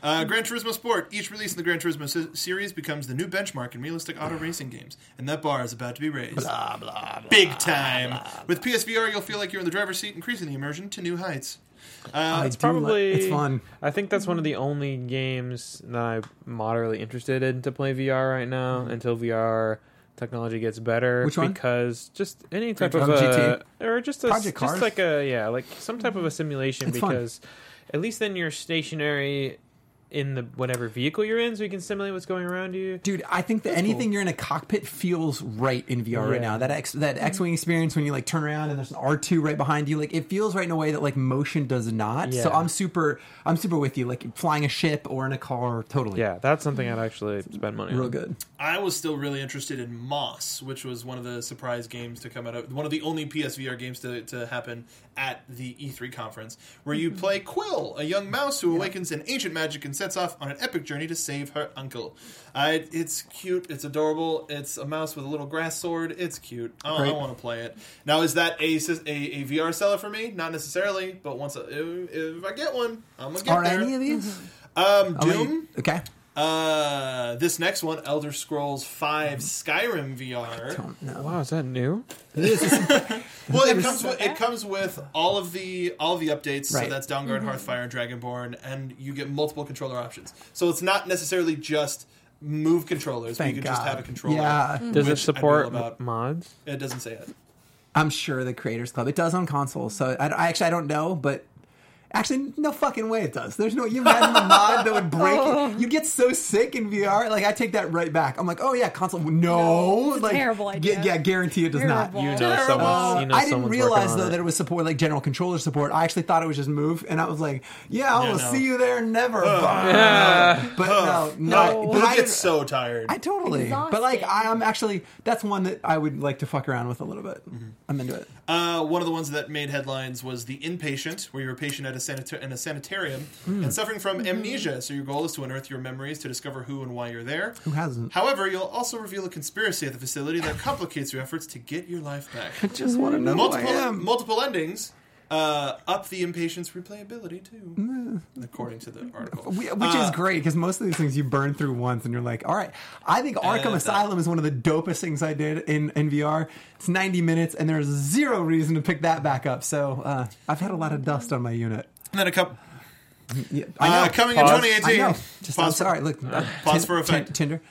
Uh, Gran Turismo Sport. Each release in the Gran Turismo se- series becomes the new benchmark in realistic auto racing games, and that bar is about to be raised. Blah, blah, blah. Big time. With PSVR, you'll feel like you're in the driver's seat, increasing the immersion to new heights. Uh,
I
It's
do like-
probably
it's fun.
I think that's one of the only games that I'm moderately interested in to play VR right now until VR technology gets better.
Mm-hmm. Which one?
Because just any type
Turismo
of a,
GT?
or just a,
Project
just
Cars?
like a yeah, like some type of a simulation
It's fun.
because at least then you're stationary in the whatever vehicle you're in, so you can simulate what's going around you.
Dude, I think that anything you're in a cockpit feels right in VR right
Yeah.
now. That X that X-wing experience when you like turn around and there's an R2 right behind you, like it feels right in a way that like motion does not. So
Yeah.
I'm super I'm super with you like flying a ship or in a car totally.
Yeah, that's something I'd actually spend money
Real
on.
good.
I was still really interested in Moss, which was one of the surprise games to come out of one of the only PSVR games to, to happen at the E3 conference, where you play Quill, a young mouse who awakens an ancient magic and sets off on an epic journey to save her uncle. I, it's cute, it's adorable, it's a mouse with a little grass sword, it's cute. I, I
Great.
want to play it. Now, is that a, sys- a, a VR seller for me? Not necessarily, but once I, if, if I get one, I'm gonna get
Are
there.
any of oh, these?
um,
I'll let you-
Doom.
Okay.
Uh, this next one, Elder Scrolls Five Skyrim VR.
Don't know.
Wow, is that new?
Mm-hmm. Well, it comes with, it comes with all of the all of the updates. So
Right.
that's Dawnguard, Hearthfire, and Dragonborn, and you get multiple controller options. So it's not necessarily just move controllers. but
Thank
you can
God.
just have a controller.
Yeah.
Does
Which
it
I'd be all
support
about.
mods?
It doesn't say it.
I'm sure the Creators Club. It does on consoles. So I, I actually I don't know, but actually no fucking way it does. There's no you imagine the mod that would break.
Oh.
it? You'd get so sick in VR. Like I take that right back. I'm like, oh yeah, console. No,
No, it's a
like
terrible
gu-
idea.
yeah, guarantee it does
Terrible.
not.
You know,
Terrible.
someone's, you know
I didn't
someone's
realize
working on
though
it.
that it was support like general controller support. I actually thought it was just move, and I was like, "Yeah, I
Yeah,
will
no.
see you there, never." But no,
No,
no.
you
but I,
get so tired.
I totally. But like, I, I'm actually that's one that I would like to fuck around with a little bit.
Mm-hmm.
I'm into it.
Uh, one of the ones that made headlines was the inpatient, where you're a patient at a sanita- in a sanitarium
Hmm.
and suffering from amnesia. So your goal is to unearth your memories to discover who and why you're there.
Who hasn't?
However, you'll also reveal a conspiracy at the facility that complicates your efforts to get your life back.
Just want to know who I
Multiple
am.
multiple endings uh, up the impatient's replayability too, according to the article.
Mm. We- uh, Which
uh,
is great because most of these things you burn through once and you're like, all right. I think Arkham
that-
Asylum is one of the dopest things I did in, in VR. It's 90 minutes and there's zero reason to pick that back up. So uh, I've had a lot of dust on my unit.
And then a couple
Yeah,
uh,
I know.
coming
Pause.
in
I
2018.
know. Just, I'm
Pause for-
sorry. Look, uh,
pause
Tin-
for effect.
Tin- Tinder.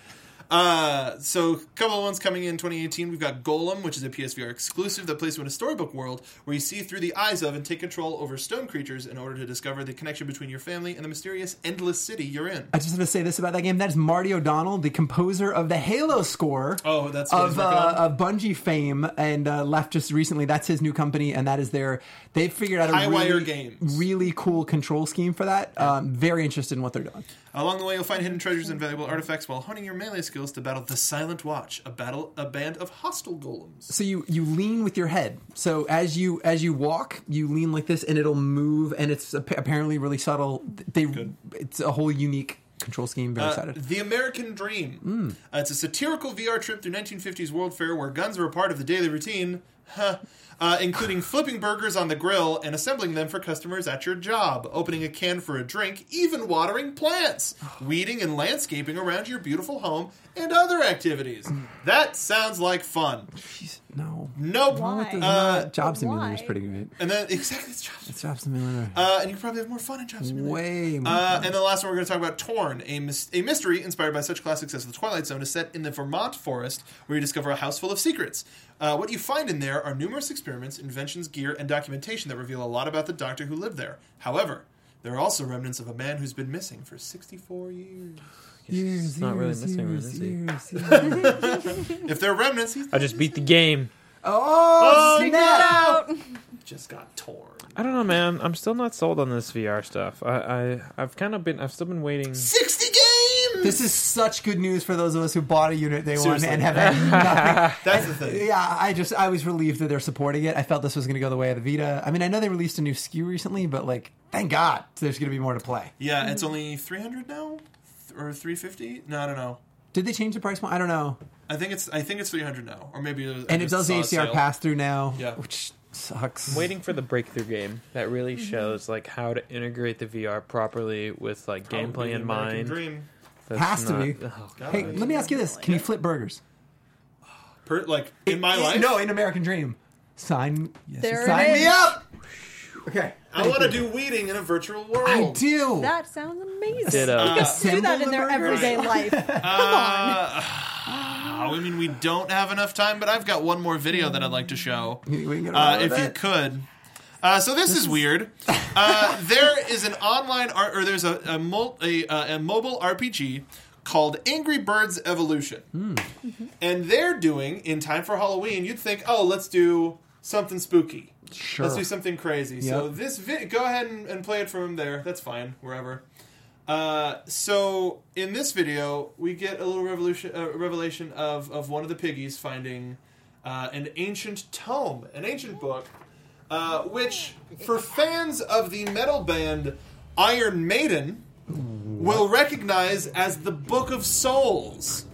Uh, so a couple of ones coming in 2018. We've got Golem, which is a PSVR exclusive that plays you in a storybook world where you see through the eyes of and take control over stone creatures in order to discover the connection between your family and the mysterious endless city you're in.
I just want to say this about that game. That is Marty O'Donnell, the composer of the Halo score.
Oh, that's what he's
of, uh,
working on?
of Bungie fame, and uh, left just recently. That's his new company, and that is their. They've figured out a
Highwire
really,
Games.
really cool control scheme for that. Um, very interested in what they're doing.
Along the way, you'll find hidden treasures and valuable artifacts while honing your melee skills to battle the Silent Watch, a battle a band of hostile golems.
so you you lean with your head so as you as you walk you lean like this and it'll move and it's ap- apparently really subtle they it's a whole unique control scheme very excited Hmm.
The American Dream. Uh, it's a satirical VR trip through 1950s World Fair where guns were a part of the daily routine, huh, uh, including flipping burgers on the grill and assembling them for customers at your job, opening a can for a drink, even watering plants, weeding and landscaping around your beautiful home, and other activities.
Hmm.
That sounds like fun.
Jeez, no
Nope.
Why?
What the-
Uh,
job simulator is
why?
pretty great
And then exactly, it's Job Simulator.
job simulator
Uh, and you can probably have more fun in Job Simulator.
way more
Uh, and the last one we're going to talk about, Torn, a, mys- a mystery inspired by such classics as The Twilight Zone, is set in the Vermont forest where you discover a house full of secrets. Uh, what you find in there are numerous experiments, inventions, gear, and documentation that reveal a lot about the doctor who lived there. However, there are also remnants of a man who's been missing for 64 years.
years,
It's not really
years,
missing,
years,
is he?
years, years.
If there are remnants, he's
I just beat the game.
oh, snap
out.
just got torn.
I don't know, man. I'm still not sold on this VR stuff. I, I I've kind of been. I've still been waiting.
60 games!
this is such good news for those of us who bought a unit they
Seriously.
won and have had nothing
That's the thing.
Yeah, I just I was relieved that they're supporting it. I felt this was going to go the way of the Vita. I mean, I know they released a new SKU recently, but like, thank God, there's going to be more to play.
Yeah, it's only 300 now? Th- Or 350? No, I don't know.
Did they change the price point? I don't know.
I think it's I think it's 300 now, or maybe it was, I
And it
just
does the
saw a
HDR
sale.
pass through now,
Yeah.
which sucks.
waiting for the breakthrough game that really shows like how to integrate the VR properly with like
Probably
gameplay
the
in
American
mind.
Dream.
That's
Has to be.
oh, God.
Hey, let me ask you this: Can you flip burgers?
Per, like in my life,
No, in American Dream. Sign. Yes,
There
sign
it
me
is.
up. Okay.
I want to do weeding in a virtual world.
I do.
That sounds amazing.
Ditto.
You guys do that
Assemble
in
the
their
burger.
everyday life.
Oh, I mean, we don't have enough time, but I've got one more video that I'd like to show.
We can get
Uh,
around
if
with
you
it.
could. Uh, so this, is, weird. Uh, there is an online art, or there's a a, mul- a, uh, a mobile RPG called Angry Birds Evolution,
Hmm.
and they're doing in time for Halloween. You'd think, oh, let's do something spooky.
Sure.
Let's do something crazy. So
Yep.
this vi- go ahead and, and play it from there. That's fine, wherever. Uh, so in this video, we get a little revolution, uh, revelation of of one of the piggies finding uh, an ancient tome, an ancient book, uh, which for fans of the metal band Iron Maiden will recognize as the Book of Souls.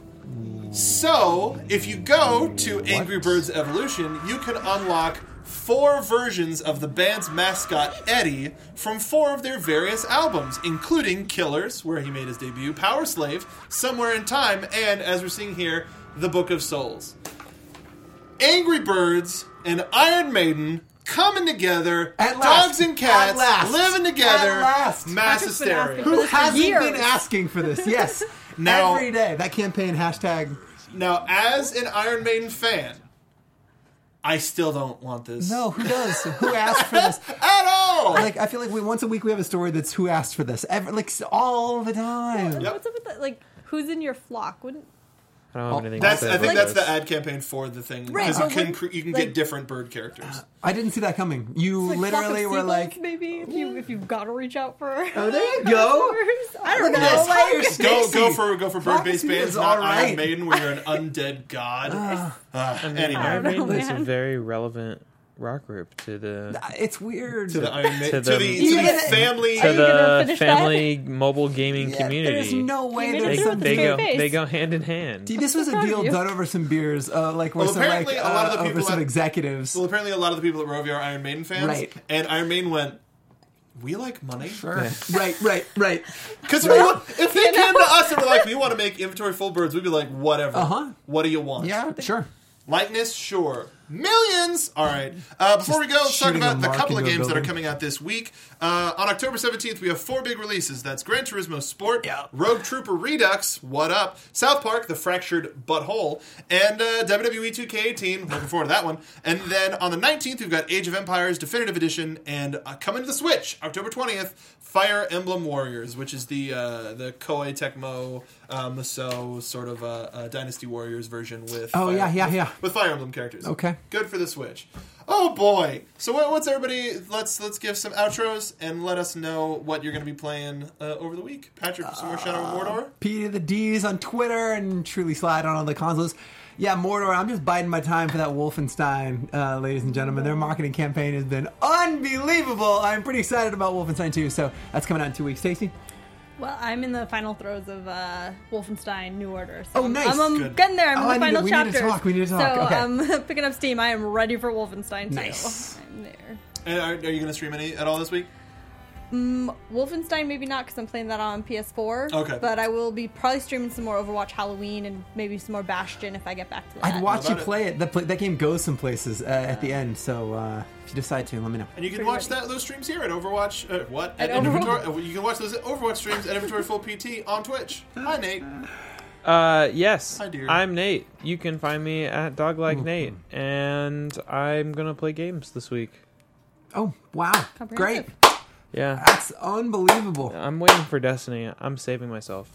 So, if you go to Angry Birds Evolution, you can unlock four versions of the band's mascot, Eddie, from four of their various albums, including Killers, where he made his debut, Power Slave, Somewhere in Time, and, as we're seeing here, The Book of Souls. Angry Birds and Iron Maiden coming together,
At
dogs
last.
and cats
At last.
living together,
At last.
mass
I've just been
hysteria.
asking
Who
For
hasn't been
years.
asking for this? Yes.
Now-
every day that campaign hashtag.
Now, as an Iron Maiden fan, I still don't want this
No, who does? Who asked for this?
at all.
Like, I feel like we once a week we have a story that's who asked for this. Every, like all the time.
Yep.
What's up with that? Like, who's in your flock? Wouldn't
I don't have anything.
that's
to say
I think
about
that's
this.
the ad campaign for the thing
Right,
because
but
you can
wouldn't-
cre- you can get
like-
different bird characters.
I didn't see that coming. You
like, flock of
literally were
seagulls,
like,
maybe if you if you've got to reach out for.
"Oh, there you go."
I don't
Look
know.
at this.
Like,
Hire
Go
Stacy.
go for go for bird based
Prophecy
bands,
is
not
all
Iron
right.
Maiden, where you're an undead god. Ah,
Iron
anyway,
don't know,
Maiden is a
man.
very relevant rock group to the
Uh, It's weird.
to the Iron Maiden,
To
to the,
the-
to the
Even-
family.
to
you gonna
the
finish that?
family mobile gaming
Yeah,
community.
There's no way
Community
they,
there's
It's
they,
not
something.
the
go
same face.
they go hand in hand.
See, this was a
proud of
deal
you.
done over some beers, uh, like we're
Well,
some like
apparently a lot of
uh,
the
over
people
some
at-
executives.
Well, apparently a lot of the people at Rovio are Iron Maiden fans,
Right.
and Iron Maiden went. We like money.
right, right, right.
Because if they came to us and were like, we want to make inventory full birds, we'd be like, whatever.
Uh-huh.
What do you want?
Yeah, sure.
Likeness, sure. Millions! All right. Uh, before we go, let's talk
shooting a
about the
mark
couple of
into a
games that are
building.
coming out this week. Uh, on October 17th, we have four big releases. That's Gran Turismo Sport,
Yep.
Rogue Trooper Redux, What Up, South Park, The Fractured Butthole, and uh, WWE 2K18. Looking forward to that one. And then on the 19th, we've got Age of Empires Definitive Edition, and uh, coming to the Switch, October 20th, Fire Emblem Warriors, which is the uh, the Koei Tecmo uh, Musou sort of uh, uh, Dynasty Warriors version with
Oh,
Fire-
yeah, yeah, yeah.
with Fire Emblem characters.
Okay.
Good for the Switch. Oh boy. So what, what's everybody? Let's let's give some outros and let us know what you're going to be playing uh, over the week. Patrick for some more Shadow
Uh.
of Mordor.
P to the D's on Twitter and truly slide on all the consoles. Yeah, Mordor, I'm just biding my time for that Wolfenstein, uh, ladies and gentlemen. Their marketing campaign has been unbelievable. I'm pretty excited about Wolfenstein 2, so that's coming out in two weeks. Tasty?
Well, I'm in the final throes of uh, Wolfenstein New Order. So
Oh,
I'm-
nice.
I'm, um,
Good.
getting there. I'm
Oh,
in the
I need to-
final
we need to
chapter.
talk, we need to talk.
So
Okay.
I'm picking up steam. I am ready for Wolfenstein 2.
Nice.
I'm there.
And are, are you going to stream any at all this week?
Wolfenstein, maybe not because I'm playing that on PS4.
Okay.
But I will be probably streaming some more Overwatch Halloween and maybe some more Bastion if I get back to that.
I'd watch you
about it?
play it. That, play, that game goes some places uh, at the end, so uh, if you decide to, let me know.
And you can
Pretty
watch
ready.
that those streams here at Overwatch. Uh, what
At
Inventory- uh, You can watch those Overwatch streams at Inventory Full PT on Twitch. Hi Nate.
Uh, yes.
Hi, dear.
I'm Nate. You can find me at Doglike
Mm-hmm.
Nate, and I'm gonna play games this week.
Oh, wow. Great.
Comprehensive.
Yeah,
That's unbelievable.
I'm waiting for Destiny. I'm saving myself.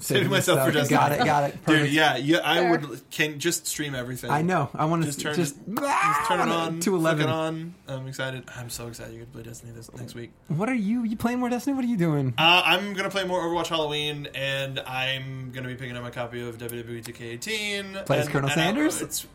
Saving myself for
yourself.
Destiny.
Got it, got it.
Dude,
Perfect.
yeah, yeah. I
Fair.
would can just stream everything.
I know. I want to
Just
just,
turn
just,
it- Just turn it on.
to
flick
11.
it on. I'm excited. I'm so excited. You're gonna play Destiny this next week.
What are you? You playing more Destiny? What are you doing?
Uh, I'm gonna play more Overwatch Halloween, and I'm gonna be picking up a copy of E WWE 2K18.
Play as
and-
Colonel
and I-
Sanders?
it's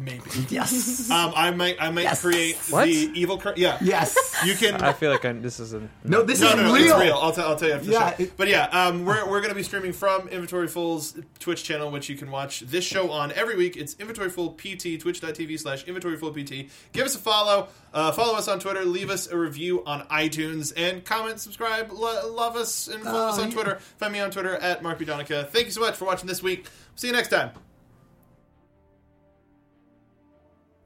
maybe.
yes.
um, I might, I might
Yes.
create
What?
the evil. Cur- yeah,
yes.
You can.
I feel like I'm. This isn't.
No, this
no,
is
no, no,
real.
it's real. I'll, t- I'll tell you after the
Yeah,
show.
it-
but yeah, um, we're, we're going to be streaming from Inventory Full's Twitch channel, which you can watch this show on every week. It's Inventory Full PT, twitch.tv slash Inventory Full PT. Give us a follow. Uh, follow us on Twitter. Leave us a review on iTunes. And comment, subscribe, lo- love us, and follow
Oh,
us on
yeah.
Twitter. Find me on Twitter at Mark B. Donica. Thank you so much for watching this week. See you next time.